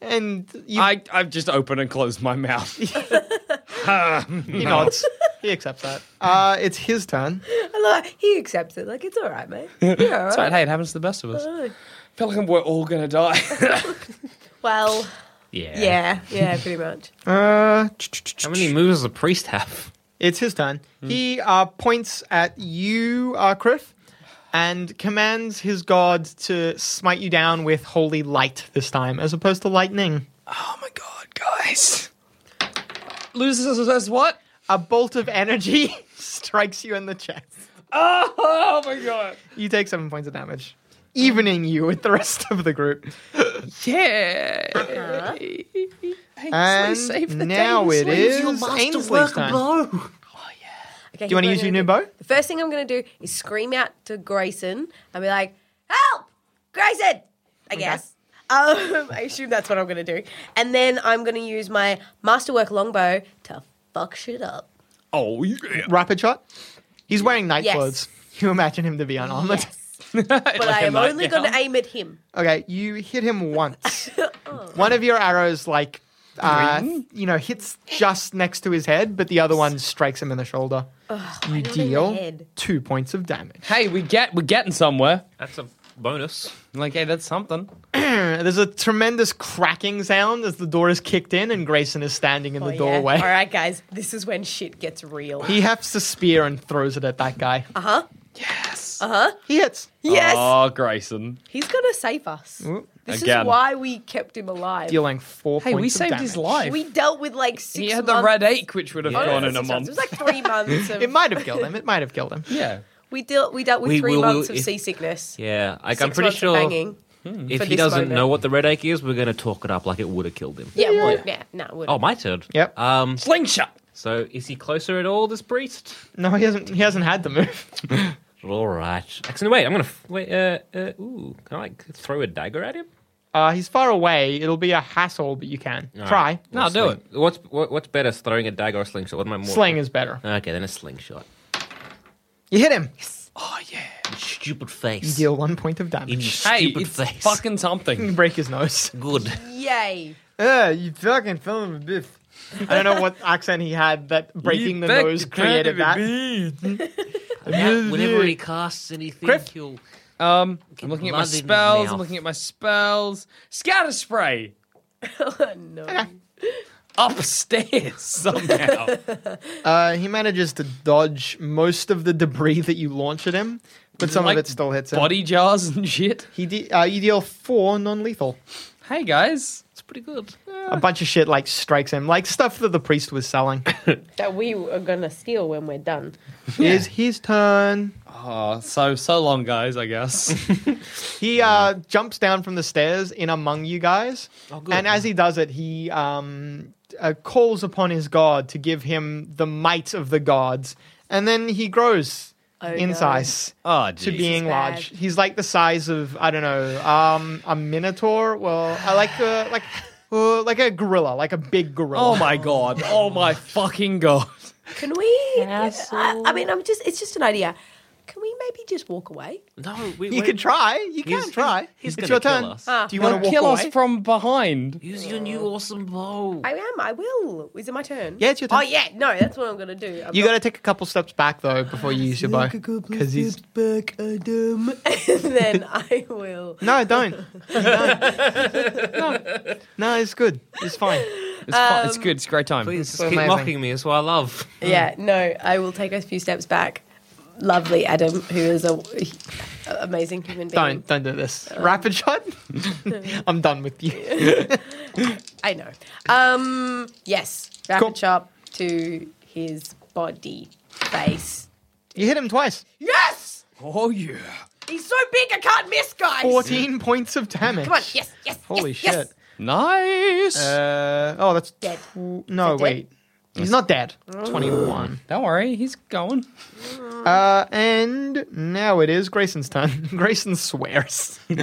S2: and you,
S4: I, I've just opened and closed my mouth.
S2: he nods. he accepts that. Uh, it's his turn.
S1: I like- he accepts it. Like it's all right, mate. You're all
S4: That's right.
S1: right.
S4: Hey, it happens to the best of us. I feel like we're all gonna die.
S1: Well,
S3: Yeah.
S1: yeah, yeah, pretty much.
S2: Uh,
S3: How many moves does a priest have?
S2: It's his turn. He uh, points at you, uh, Criff, and commands his god to smite you down with holy light this time, as opposed to lightning.
S4: oh my god, guys! Loses us what?
S2: A bolt of energy strikes you in the chest.
S4: Oh my god!
S2: You take seven points of damage, evening you with the rest of the group.
S4: Yeah.
S1: Uh-huh.
S2: And now it is Ainsley's turn.
S1: Okay,
S2: Do you want to
S1: here's
S2: use your
S1: what I'm
S2: new
S1: gonna
S2: bow?
S1: do. The first thing I'm going to do is scream out to Grayson and be like, "Help, Grayson!" I guess. Um, I assume that's what I'm going to do, and then I'm going to use my masterwork longbow to fuck shit up.
S4: Oh yeah.
S2: Rapid shot. He's wearing night
S1: Yes.
S2: clothes. You imagine him to be unarmored.
S1: Yes, but I am only going to aim at him.
S2: Okay, you hit him once.
S1: Oh.
S2: One of your arrows, like, uh, you know, hits just next to his head, but the other one strikes him in the shoulder. you
S1: not in the
S2: deal
S1: head.
S2: two points of damage.
S4: Hey, we get we're getting somewhere.
S3: That's a bonus.
S4: Like, hey, that's something.
S2: Uh, There's a tremendous cracking sound as the door is kicked in and Grayson is standing in
S1: Oh,
S2: the
S1: yeah.
S2: doorway.
S1: All right, guys, this is when shit gets real.
S2: He hefts the spear and throws it at that guy. Uh huh. Yes. Uh huh. He hits.
S1: yes,
S4: Oh, Grayson.
S1: he's going to save us. this
S4: again.
S1: is why we kept him alive.
S2: Dealing four
S4: Hey,
S2: points
S4: we
S2: of
S4: saved his
S2: damage.
S4: life.
S1: We dealt with like six.
S4: he had the
S1: months-
S4: red ache, which would have
S1: Oh, no,
S4: gone in a
S1: six months.
S4: month.
S1: It was like three months. Of,
S2: It might have killed him. It might have killed him.
S4: yeah.
S1: We dealt. We dealt with
S3: We-
S1: three
S3: we- we-
S1: months of
S3: if-
S1: seasickness.
S3: Yeah, like,
S1: Six
S3: I'm pretty
S1: months
S3: sure
S1: of banging.
S4: Hmm?
S3: if
S1: for
S3: he
S1: this
S3: doesn't
S1: moment.
S3: know what the red ache is, we're going to talk it up like it would have killed him.
S1: Yeah, yeah. Would, yeah no, would.
S3: Oh, my turn.
S2: Yep.
S3: Um.
S4: Slingshot.
S3: So is he closer at all, this priest?
S2: No, he hasn't. He hasn't had the move.
S3: All right. Actually, wait. I'm gonna f- wait. Uh, uh. Ooh. Can I like throw a dagger at him?
S2: Uh, he's far away. It'll be a hassle, but you can try.
S4: No, do
S3: Sling- What's what, what's better, throwing a dagger or a slingshot? What am I more?
S2: Sling is better.
S3: Okay, then a slingshot.
S2: You hit him.
S4: Oh yeah.
S3: Your stupid face.
S2: You deal one point of
S3: In your
S2: damage.
S4: Hey,
S3: stupid
S4: it's
S3: face.
S4: fucking something.
S2: You break his nose.
S3: good.
S4: Oh.
S1: Yay!
S2: Uh, you fucking fell him a biff. I don't know what accent he had that breaking the nose created that.
S3: Now, whenever he casts anything,
S4: Griff?
S3: he'll.
S4: Um, I'm looking at
S3: blood in
S4: my
S3: his
S4: spells. I'm
S3: mouth.
S4: looking at my spells. Scatter spray
S1: no.
S4: upstairs somehow.
S2: Uh, he manages to dodge most of the debris that you launch at him, but some
S4: Like
S2: of it still hits him.
S4: Body jars and shit.
S2: He de- uh, you deal four non-lethal.
S4: Hey guys,
S3: It's pretty good.
S2: A bunch of shit like strikes him, like stuff that the priest was selling.
S1: That we are gonna steal when we're done.
S2: It Is his turn.
S4: oh, so so long, guys. I guess.
S2: He uh, jumps down from the stairs in among you guys,
S3: Oh, good.
S2: and as he does it, he um, uh, calls upon his god to give him the might of the gods, and then he grows in
S1: no.
S2: size
S4: Ah,
S3: Oh,
S2: to
S3: geez.
S2: being
S1: bad.
S2: large. He's like the size of I don't know, um, a minotaur. Well, I like the like uh, like a gorilla, like a big gorilla.
S4: Oh my god. Oh my fucking god.
S1: Can we? I, I mean, I'm just. It's just an idea. Can we maybe just walk away?
S3: No, we,
S2: You
S3: we-
S2: can try. You
S3: He's-
S2: can try.
S3: he's
S2: it's
S3: gonna
S2: your
S3: kill
S2: turn.
S3: us.
S1: Ah,
S2: Do you want to walk
S4: kill
S2: away?
S4: us from behind.
S3: Use your new awesome bow.
S1: I am. I will. Is it my turn?
S2: Yeah, it's your turn.
S1: Oh yeah. No, that's what I'm gonna do. I'm
S2: you
S1: not-
S2: got to take a couple steps back though before you use your bow, because he's
S1: then I will.
S2: no, don't. You don't. no, no, it's good. It's fine.
S4: It's, fun.
S1: Um,
S4: it's good. It's a great time.
S3: Please just
S2: so
S3: keep
S2: amazing.
S3: mocking me. It's what I love.
S1: Yeah.
S2: Um,
S1: No, I will take a few steps back. Lovely Adam, who is a, a amazing human being.
S2: Don't don't do this.
S1: um,
S2: Rapid shot. I'm done with you.
S1: I know. Um. Yes. Rapid
S2: Cool.
S1: chop to his body, face.
S2: You hit him twice.
S1: Yes.
S4: Oh yeah.
S1: He's so big, I can't miss, guys.
S2: Fourteen points of damage.
S1: Come on. Yes. Yes.
S2: Holy
S1: yes, yes.
S2: shit.
S4: Nice.
S2: Uh, oh, that's
S1: Dead.
S2: tw- no,
S1: Is that dead? Oh.
S2: wait. He's not dead. 21.
S4: Don't worry, he's going.
S2: Uh, and now it is Grayson's turn. Grayson swears.
S4: You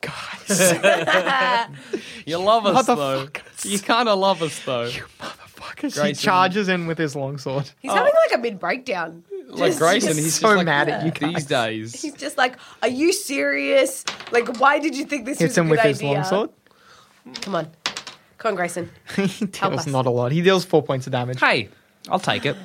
S4: guys. you love us though. You kind of love us though.
S2: he charges in with his longsword.
S1: He's having like a mid breakdown.
S4: Like
S1: Just-
S4: Grayson,
S1: just-
S4: he's
S2: so
S4: just like,
S2: mad at you
S4: these days.
S1: He's just like, "Are you serious? Like, why did you think this
S2: Hits
S1: was a
S2: him
S1: good
S2: with
S1: idea?"
S2: his longsword.
S1: Come on, come on, Grayson.
S2: he deals
S1: us.
S2: not a lot. He deals four points of damage.
S3: Hey, I'll take it.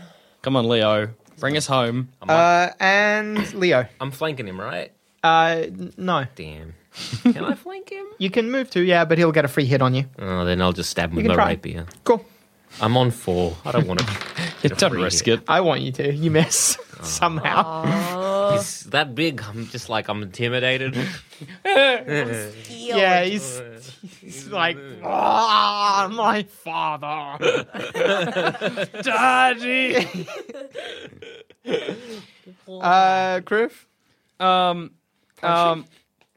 S4: Come on, Leo, bring us home.
S2: Uh, and Leo.
S3: I'm flanking him, right?
S2: Uh, n- no.
S3: Damn. Can I flank him?
S2: You can move to, yeah, but he'll get a free hit on you.
S3: Oh, then I'll just stab him with
S2: can
S3: my
S2: try.
S3: rapier.
S2: Cool.
S3: I'm on four. I don't want to. get a
S4: Don't
S3: free
S4: risk
S3: hit.
S4: it.
S2: I want you to. You miss somehow.
S3: He's that big. I'm just like I'm intimidated.
S2: Yeah, he's, he's like, ah, my father.
S4: Daddy.
S2: Uh, Griff?
S4: Um, um,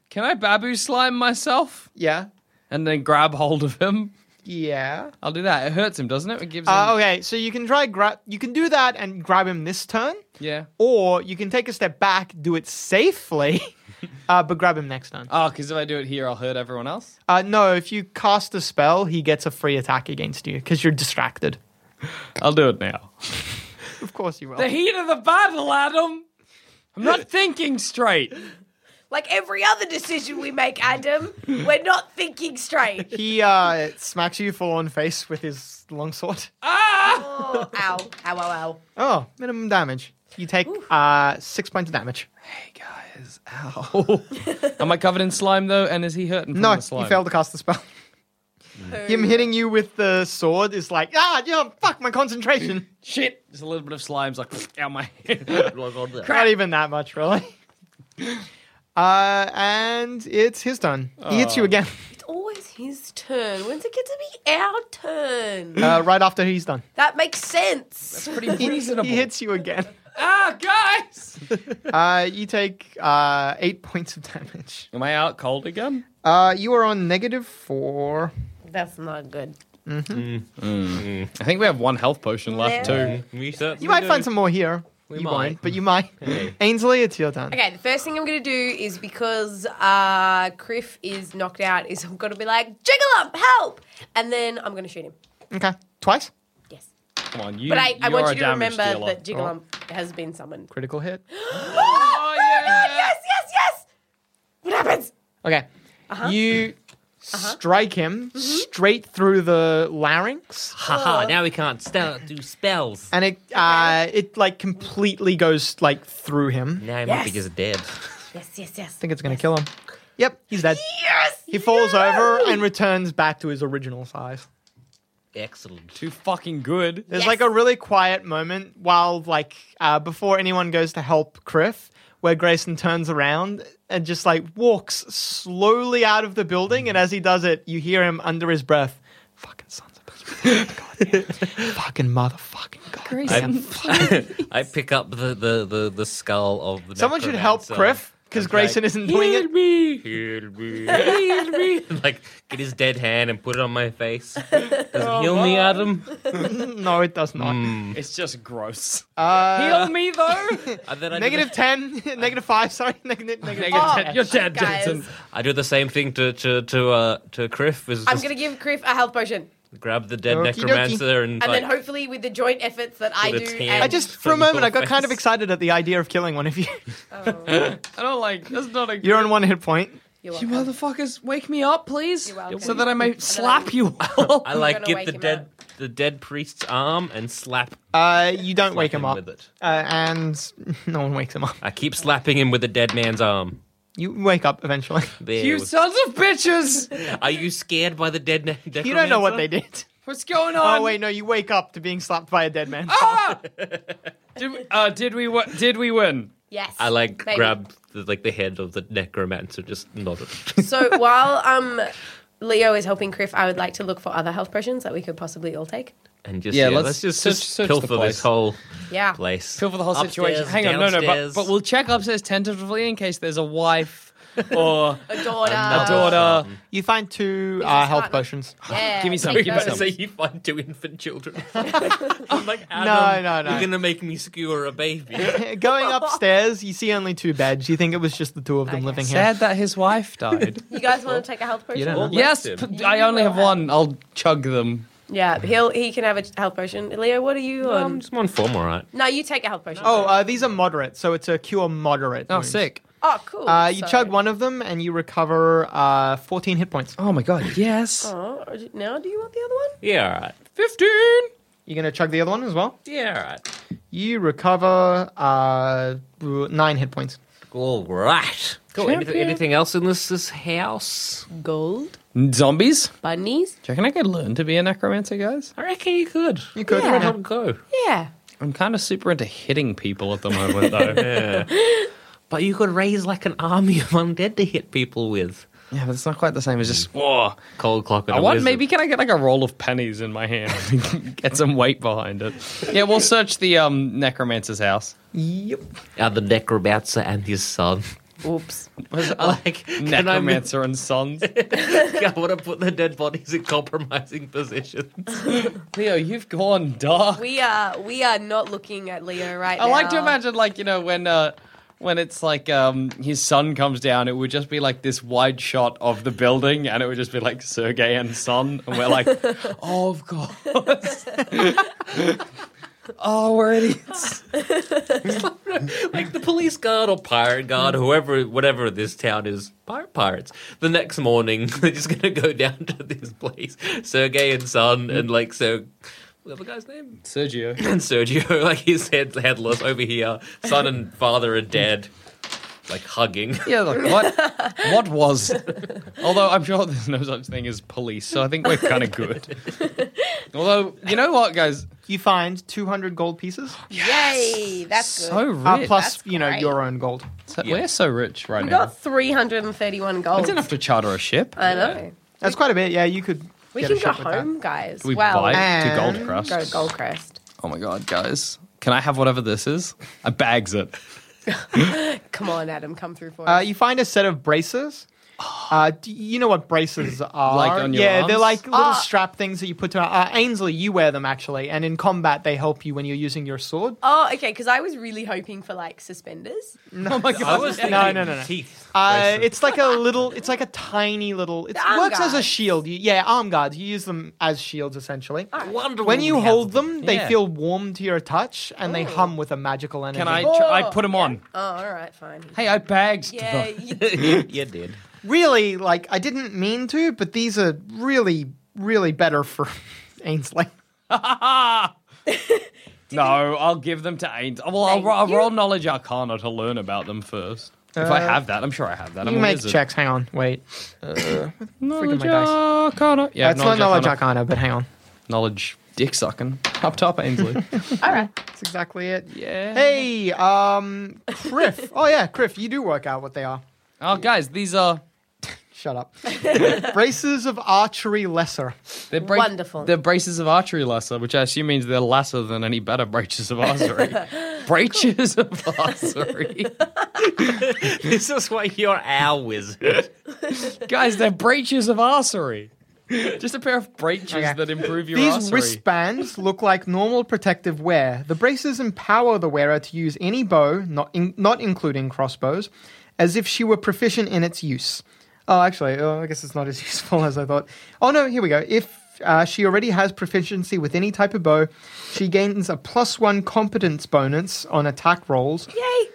S4: can I babu slime myself
S2: Yeah.
S4: and then grab hold of him?
S2: Yeah.
S4: I'll do that. It hurts him, doesn't it? It gives him.
S2: Uh, okay, so you can try grab. You can do that and grab him this turn,
S4: yeah.
S2: or you can take a step back, do it safely, uh, but grab him next turn.
S4: Oh, because if I do it here, I'll hurt everyone else.
S2: Uh, no, if you cast a spell, he gets a free attack against you because you're distracted.
S4: I'll do it now.
S2: Of course you will.
S4: The heat of the battle, Adam. I'm not thinking straight.
S1: Like every other decision we make, Adam, we're not thinking straight.
S2: He uh, smacks you full on face with his longsword.
S1: Oh, ow, ow, ow, ow.
S2: Oh, minimum damage. You take uh, six points of damage.
S4: Hey guys, ow. Am I covered in slime though? And is he hurting from
S2: No,
S4: the slime?
S2: you failed to cast the spell. Him hitting you with the sword is like, ah, you know, fuck my concentration.
S4: Shit, just a little bit of slime's like out my head.
S2: Not even that much, really. Uh, and it's his turn. He hits you again
S1: It's always his turn. When's it get to be our turn?
S2: uh, right after he's done.
S1: That makes sense.
S4: Pretty reasonable.
S2: He hits you again.
S4: ah, guys.
S2: Uh, you take uh, eight points of damage.
S4: Am I out cold again?
S2: Uh, you are on negative four.
S1: That's not good.
S4: I think we have one health potion left too.
S3: We certainly
S2: You might
S3: do.
S2: find some more here. you
S3: might.
S2: won't, but you might. Ainsley, it's your turn.
S1: Okay, the first thing I'm gonna do is because uh Criff is knocked out, is I'm gonna be like, Jiggle up, help! And then I'm gonna shoot him.
S2: Okay. Twice?
S1: Yes.
S4: Come on, you.
S1: But I, I
S4: you're
S1: want
S4: a
S1: you to
S4: damage
S1: remember
S4: dealer. Oh.
S1: that Jiggleump has been summoned.
S2: Critical hit.
S1: Oh,
S4: yeah.
S1: God, yes, yes, yes! What happens?
S2: Okay.
S1: Uh-huh.
S2: You strike him
S1: Mm-hmm.
S2: straight through the larynx.
S3: Haha! Now we can't st- do spells.
S2: and it uh, it like completely goes like through him. I
S3: Now he might be
S1: Yes.
S3: just dead.
S1: Yes, yes, yes.
S2: think it's gonna kill him. Yep, he's dead.
S1: Yes!
S2: He falls over and returns back to his original size.
S3: Excellent.
S4: Too fucking good.
S2: There's
S1: Yes.
S2: like a really quiet moment while like uh, before anyone goes to help Criff, where Grayson turns around and just like walks slowly out of the building. And as he does it, you hear him under his breath, "Fucking sons of bitches, God damn it. fucking motherfucking God."
S3: I, I pick up the, the, the, the skull of the.
S2: Someone should help
S3: necromancer.
S2: Criff. because Grayson isn't doing
S3: Heal
S2: it.
S3: me, heal me, heal me. like, get his dead hand and put it on my face. Does it heal me, Adam?
S2: No, it does not.
S3: Hmm.
S4: It's just gross.
S2: Uh,
S3: heal me, though.
S1: Uh,
S3: And then I do the-
S2: negative ten, negative five. Sorry, negative, negative
S4: Negative
S1: Oh,
S4: 10. You're dead,
S1: guys.
S4: Jensen.
S3: I do the same thing to to to uh, to Criff. Is
S1: I'm
S3: just
S1: gonna give Criff a health potion,
S3: grab the dead
S2: Okie
S3: necromancer and,
S1: and
S3: like,
S1: then hopefully with the joint efforts that I
S3: With
S1: do,
S3: its
S1: and
S3: hand.
S2: I just, for a
S3: Physical
S2: moment, I got kind of
S3: face.
S2: excited at the idea of killing one of you.
S4: I don't like. That's not a.
S2: You're on one hit point.
S1: You're
S4: You
S1: welcome.
S4: motherfuckers, wake me up, please,
S1: welcome.
S4: so that I may
S1: And then
S4: slap
S1: I'll-
S4: you all.
S3: I like
S1: gonna
S3: get
S1: wake
S3: the
S1: him
S3: dead
S1: up.
S3: the dead priest's arm and slap.
S2: Uh, you don't
S3: slap
S2: wake him up,
S3: with it.
S2: uh, and no one wakes him up.
S3: I keep slapping him with the dead man's arm.
S2: You wake up eventually.
S3: There
S4: you
S3: we-
S4: sons of bitches!
S3: Are you scared by the dead? Ne-
S2: You don't know what they did.
S4: What's going on?
S2: Oh wait, no, you wake up to being slapped by a dead man.
S4: Ah! Did we, uh, did we wa- did we win?
S1: yes,
S3: I like
S1: Maybe.
S3: grab the, like the head of the necromancer, just nod it.
S1: So while um, Leo is helping Criff, I would like to look for other health potions that we could possibly all take.
S3: and just
S4: Yeah,
S3: yeah,
S4: let's
S3: let's, just,
S4: search-
S3: just
S4: search the
S3: pilfer
S4: place.
S3: this whole
S1: Yeah.
S3: place.
S4: Feel for the whole situation.
S3: Upstairs,
S4: Hang on, no, no, but,
S3: downstairs.
S4: but we'll check upstairs tentatively in case there's a wife or
S1: A daughter.
S4: a daughter.
S2: you find two
S1: Business
S2: uh, health
S1: partner.
S2: potions.
S1: Yeah,
S4: Give me some,
S1: take
S4: give
S3: You're
S4: me
S1: those.
S3: about to say you find two infant children. I'm like, Adam,
S2: no, no.
S3: you're gonna make me skewer a baby.
S2: Going upstairs, you see only two beds. You think it was just the two of them
S1: Okay.
S2: living here.
S4: Sad that his wife died.
S1: You guys want to take a health potion?
S2: don't know.
S4: yes,
S3: him.
S4: p- I only have one. I'll chug them.
S1: Yeah, he'll he can have a health potion. Leo, what are you on?
S4: um,
S3: I'm just on form, all right.
S1: no, you take a health potion.
S2: Oh, uh, these are moderate, so it's a cure moderate.
S4: Oh,
S2: wounds.
S4: sick.
S1: oh, cool.
S2: Uh, you
S1: So-
S2: chug one of them and you recover uh, 14 hit points.
S4: Oh my god, yes.
S1: Oh, are you- now do you want the other one?
S3: Yeah, all right.
S4: 15!
S2: You're going to chug the other one as well?
S3: Yeah, all right.
S2: You recover uh, br- 9 hit points.
S3: All right. Cool. Anything, anything else in this this house?
S1: Gold
S4: Zombies?
S1: bunnies.
S4: Do you reckon I could learn to be a necromancer, guys?
S3: I reckon you could.
S2: You could.
S3: Why
S2: Yeah.
S3: not go?
S1: Yeah.
S4: I'm kind of super into hitting people at the moment, though.
S3: But you could raise like an army of undead to hit people with.
S4: Yeah, but it's not quite the same as just whoa.
S3: Cold clock. And
S4: I
S3: a
S4: want
S3: wizard.
S4: maybe can I get like a roll of pennies in my hand and get some weight behind it? Yeah, we'll search the um, necromancer's house.
S2: Yep.
S3: Are the necromancer and his son.
S1: Oops.
S3: I
S5: Oh,
S3: like can I, make,
S4: Necromancer and sons.
S3: I want to put the dead bodies in compromising positions.
S4: Leo, you've gone dark.
S1: We are we are not looking at Leo right
S4: I
S1: now.
S4: like to imagine like you know when uh, when it's like um, his son comes down, it would just be like this wide shot of the building, and it would just be like Sergey and son, and we're like, oh, of course. oh, we're idiots.
S3: like the police guard or pirate guard, whoever, whatever this town is, pirate pirates. The next morning, they're just gonna go down to this place, Sergey and son, and like so. The other guy's name
S4: Sergio.
S3: and Sergio, like his head's headless over here. Son and father are dead, like hugging.
S4: Yeah, like what? what was? Although I'm sure there's no such thing as police, so I think we're kind of good. Although you know what, guys,
S2: You find 200 gold pieces,
S1: Yay, that's good.
S4: so rich.
S2: uh, plus,
S1: That's
S2: you know,
S1: great.
S2: your own gold.
S4: So- we're so rich right
S1: we
S4: now.
S1: got Uh, 331 gold.
S4: That's enough to charter a ship.
S1: I know.
S2: That's quite a bit. Yeah, you could.
S1: We
S2: get
S1: can
S2: a
S1: go
S2: ship with that.
S1: home, guys.
S4: Do we
S1: well,
S4: buy it
S2: and-
S4: to Gold Crust?
S1: go Goldcrest.
S4: Oh my god, guys, can I have whatever this is? I bags it.
S1: Come on, Adam, come through for
S2: Uh,
S1: us.
S2: you find a set of braces. Uh, do you know what braces are?
S4: on your
S2: yeah, they're
S4: arms?
S2: like little
S1: Ah.
S2: strap things that you put to. Uh, Ainsley, you wear them actually, and in combat they help you when you're using your sword.
S1: oh, okay, because I was really hoping for like suspenders.
S2: Oh my god! no, no, no, no.
S3: Teeth.
S2: Uh, it's like a little. It's like a tiny little. It
S1: arm
S2: works as a
S1: guards.
S2: shield. You, yeah, arm guards. You use them as shields essentially.
S3: Wonder
S2: When you hold them, they
S4: Yeah.
S2: feel warm to your touch, and they hum with a magical energy.
S4: Can I?
S1: Oh,
S4: Ch- I put them on.
S1: Oh, all right, fine.
S4: Hey, I bags.
S1: Yeah, you,
S3: you did.
S2: really like i didn't mean to but these are really really better for ainsley
S4: No, I'll give them to Ains. Well, I'll, ro- I'll
S1: you.
S4: roll knowledge arcana to learn about them first. if I
S2: Uh,
S4: have that, I'm sure I have that. I'm
S2: you
S4: a
S2: make
S4: wizard.
S2: checks hang on wait
S4: Knowledge
S2: my dice.
S4: arcana. Yeah,
S2: that's not knowledge
S4: arcana.
S2: arcana but hang on
S4: Knowledge dick sucking. Up top, Ainsley.
S1: all right.
S2: that's exactly it
S4: yeah.
S2: hey um criff oh yeah criff you do work out what they are
S4: Oh, guys, these are
S2: shut up braces of archery lesser
S4: they're bra-
S1: Wonderful.
S4: They're braces of archery lesser, which I assume means they're lesser than any better braces of archery. braces of archery.
S5: This is why you're our wizard.
S4: Guys, they're breeches of arsery. Just a pair of breeches that improve your
S2: These
S4: arsery.
S2: wristbands look like normal protective wear. The braces empower the wearer to use any bow, not in, not including crossbows, as if she were proficient in its use. Oh, actually, oh, I guess it's not as useful as I thought. Oh no, here we go. If uh, she already has proficiency with any type of bow, she gains a plus one competence bonus on attack rolls
S1: Yay!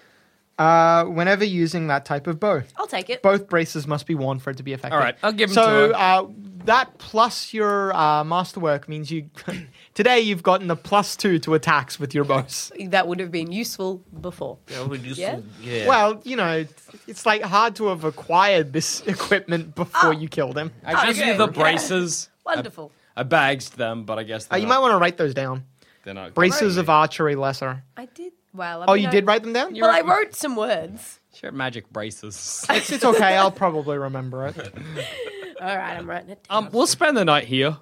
S2: uh, whenever using that type of bow.
S1: I'll take it.
S2: Both braces must be worn for it to be effective.
S4: All right, I'll give 'em
S2: so,
S4: to her.
S2: uh, that plus your uh, masterwork means you today you've gotten a plus two to attacks with your bows.
S1: That would have been useful before. Yeah?
S5: yeah.
S2: Well, you know, it's, it's like hard to have acquired this equipment
S1: Ah.
S2: before you killed him.
S4: I just
S1: Okay.
S4: the braces.
S1: Wonderful.
S4: I bagged them, but I guess
S2: Uh,
S4: they're
S2: you might
S4: not,
S2: want to write those down.
S4: they're not
S2: Braces
S4: completely-
S2: of archery lesser.
S1: I did. Well, I
S2: Oh,
S1: mean,
S2: you
S1: I-
S2: did write them down.
S1: Well, I wrote some words.
S4: Sure, magic braces.
S2: It's, it's okay. I'll probably remember it.
S1: All right, I'm writing it. Down.
S4: um, we'll spend the night here.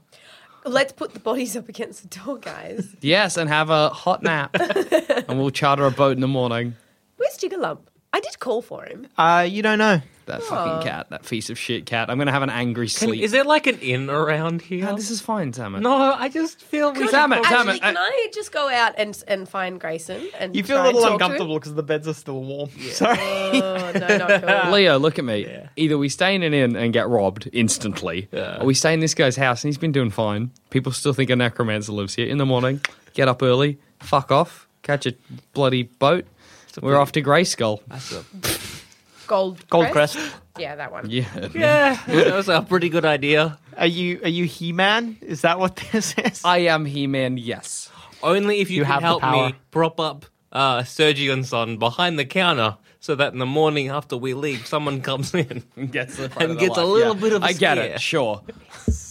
S1: Let's put the bodies up against the door, guys.
S4: Yes, and have a hot nap, and we'll charter a boat in the morning.
S1: Where's Jiggalump? I did call for him.
S2: Uh, you don't know.
S4: That fucking cat, that piece of shit cat. I'm gonna have an angry
S3: Can-
S4: sleep.
S3: is there like an inn around here?
S4: No, this is fine, Sam.
S3: no, I just feel we
S4: Could- Damn it, damn
S1: Actually,
S4: it, I-
S1: can I just go out and and find Grayson and
S2: You feel
S1: try
S2: a
S1: and
S2: little
S1: talk to him?
S2: uncomfortable because the beds are still warm. Sorry.
S1: Oh, no, not cool.
S4: Leo, look at me. Either we stay in an inn and get robbed instantly, or we stay in this guy's house and he's been doing fine. People still think a necromancer lives here. In the morning, get up early, fuck off, catch a bloody boat. We're off to Greyskull.
S1: Gold
S2: Goldcrest.
S1: Yeah, that one.
S4: Yeah.
S3: Yeah, that was a pretty good idea.
S2: Are you are you He-Man? Is that what this is?
S4: I am He Man, yes.
S3: Only if you,
S2: You
S3: can
S2: have the
S3: help me
S2: power.
S3: prop up uh, Sergio and Son behind the counter so that in the morning after we leave, someone comes in.
S4: Gets
S3: And of the gets a light, little yeah. bit of a
S4: I get
S3: scare.
S4: it, sure.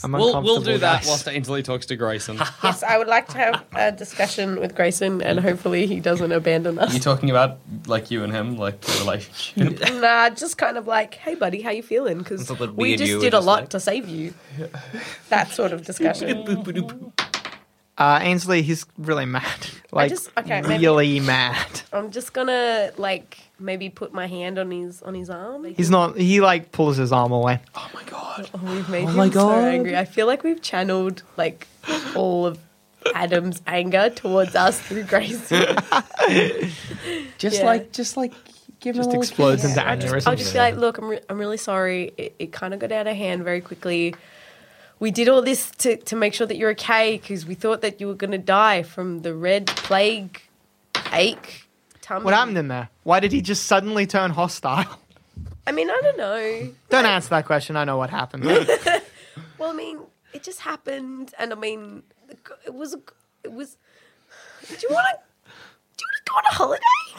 S2: I'm
S4: We'll, we'll
S2: uncomfortable,
S4: do that
S2: guys.
S4: whilst Ainsley talks to Grayson.
S1: Yes, I would like to have a discussion with Grayson, and hopefully he doesn't abandon us.
S4: talking about like you and him, like the relationship?
S1: Nah, just kind of like, hey, buddy, how you feeling? Because
S3: Something
S1: we
S3: weird
S1: just
S3: you were
S1: did a
S3: just
S1: lot
S3: like-
S1: to save you. That sort of discussion.
S2: Uh, Ainsley, he's really mad. Like,
S1: just- okay, maybe-
S2: really mad.
S1: I'm just gonna like maybe put my hand on his on his arm.
S2: He's not. He like pulls his arm away.
S4: oh my god.
S1: Oh, we've made him so angry. I feel like we've channeled like all of Adam's anger towards us through Grayson.
S4: Just
S1: Yeah.
S4: like, just like, give him
S2: Just
S4: a little
S2: explodes into
S1: I'll just, I'll just
S2: aneurysms.
S1: be like, look, I'm, re- I'm really sorry. It, it kind of got out of hand very quickly. We did all this to, to make sure that you're okay because we thought that you were going to die from the red plague ache. Tummy.
S2: What happened in there? Why did he just suddenly turn hostile?
S1: I mean, I don't know.
S2: Don't answer that question. I know what happened.
S1: Well, I mean, it just happened, and I mean, it was it was. Do you want to? Do you want to go on a holiday?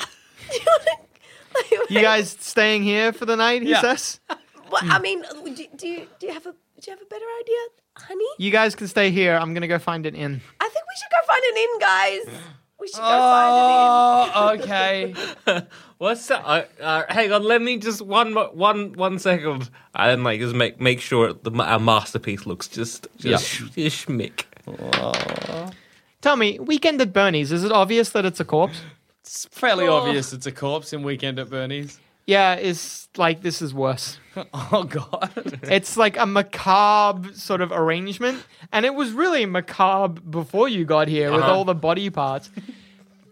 S1: Do you want to?
S2: you guys mm. staying here for the night? He
S4: Yeah.
S2: says.
S1: Well, I mean, do, do you do you have a do you have a better idea, honey?
S2: You guys can stay here. I'm gonna go find an inn.
S1: I think we should go find an inn, guys. We should go find an inn.
S4: Oh, okay.
S3: What's that? Uh, uh, hang on, let me just one mo- one one second. And like just make make sure the, our masterpiece looks just just yeah. schmick.
S2: Tell me, weekend at Bernie's. Is it obvious that it's a corpse?
S4: It's fairly obvious it's a corpse in Weekend at Bernie's.
S2: Yeah, it's like this is worse.
S4: Oh god.
S2: It's like a macabre sort of arrangement, and it was really macabre before you got here with
S3: Uh-huh.
S2: all the body parts.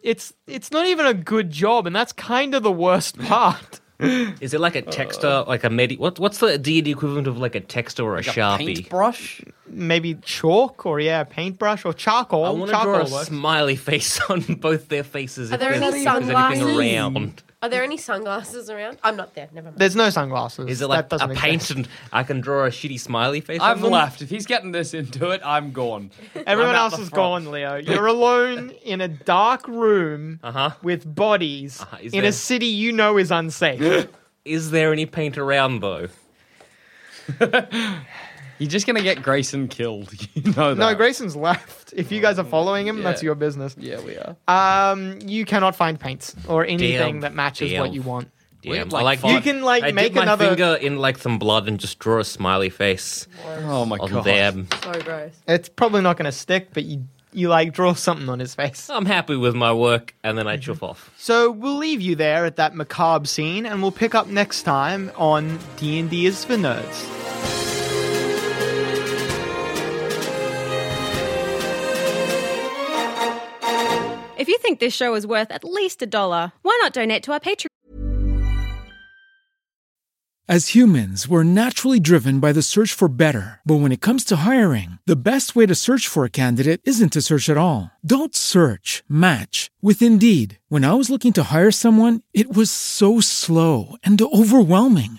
S2: It's it's not even a good job, and that's kind of the worst part.
S3: Is it like a
S2: Uh.
S3: texter, like a medi? What what's the D equivalent of like a texter or a sharpie?
S4: Paintbrush?
S2: Maybe chalk or yeah, paintbrush or charcoal.
S3: I want to
S2: charcoal
S3: draw a
S2: works.
S3: smiley face on both their faces. if
S1: there
S3: there's-
S1: any
S3: if there's
S1: sunglasses?
S3: anything around?
S1: Are there any sunglasses around? I'm not there. Never mind.
S2: There's no sunglasses.
S3: Is it
S2: that
S3: like a
S2: doesn't
S3: paint
S2: exist.
S3: and I can draw a shitty smiley face? on
S4: I've
S3: them?
S4: left. If he's getting this into it, I'm gone.
S2: Everyone
S4: I'm out
S2: else
S4: the
S2: is
S4: front.
S2: gone, Leo. You're alone in a dark room
S3: Uh-huh.
S2: with bodies
S3: is
S2: in
S3: there-
S2: a city you know is unsafe.
S3: Is there any paint around though?
S4: You're just gonna get Grayson killed. You know that.
S2: no, Grayson's left. If you guys are following him, that's
S4: Yeah.
S2: your business.
S4: Yeah, we are.
S2: Um, you cannot find paints or anything
S3: Damn.
S2: that matches
S3: Damn.
S2: what you want.
S3: Yeah,
S4: have,
S3: I
S4: like,
S3: like
S4: five-
S3: I
S2: You can like
S3: dip
S2: make
S3: my
S2: another.
S3: finger in like some blood and just draw a smiley face
S4: Oh my
S3: on
S4: god.
S3: them.
S1: So gross.
S2: It's probably not going to stick, but you you like draw something on his face.
S3: I'm happy with my work, and then I
S2: Mm-hmm.
S3: chuff off.
S2: So we'll leave you there at that macabre scene, and we'll pick up next time on D and D is for Nerds.
S6: If you think this show is worth at least a dollar, why not donate to our Patreon?
S7: As humans, we're naturally driven by the search for better. But when it comes to hiring, the best way to search for a candidate isn't to search at all. Don't search, match with Indeed. When I was looking to hire someone, it was so slow and overwhelming.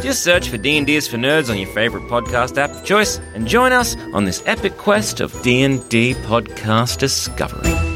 S3: Just search for D&D is for Nerds on your favorite podcast app of choice and join us on this epic quest of D&D podcast discovery.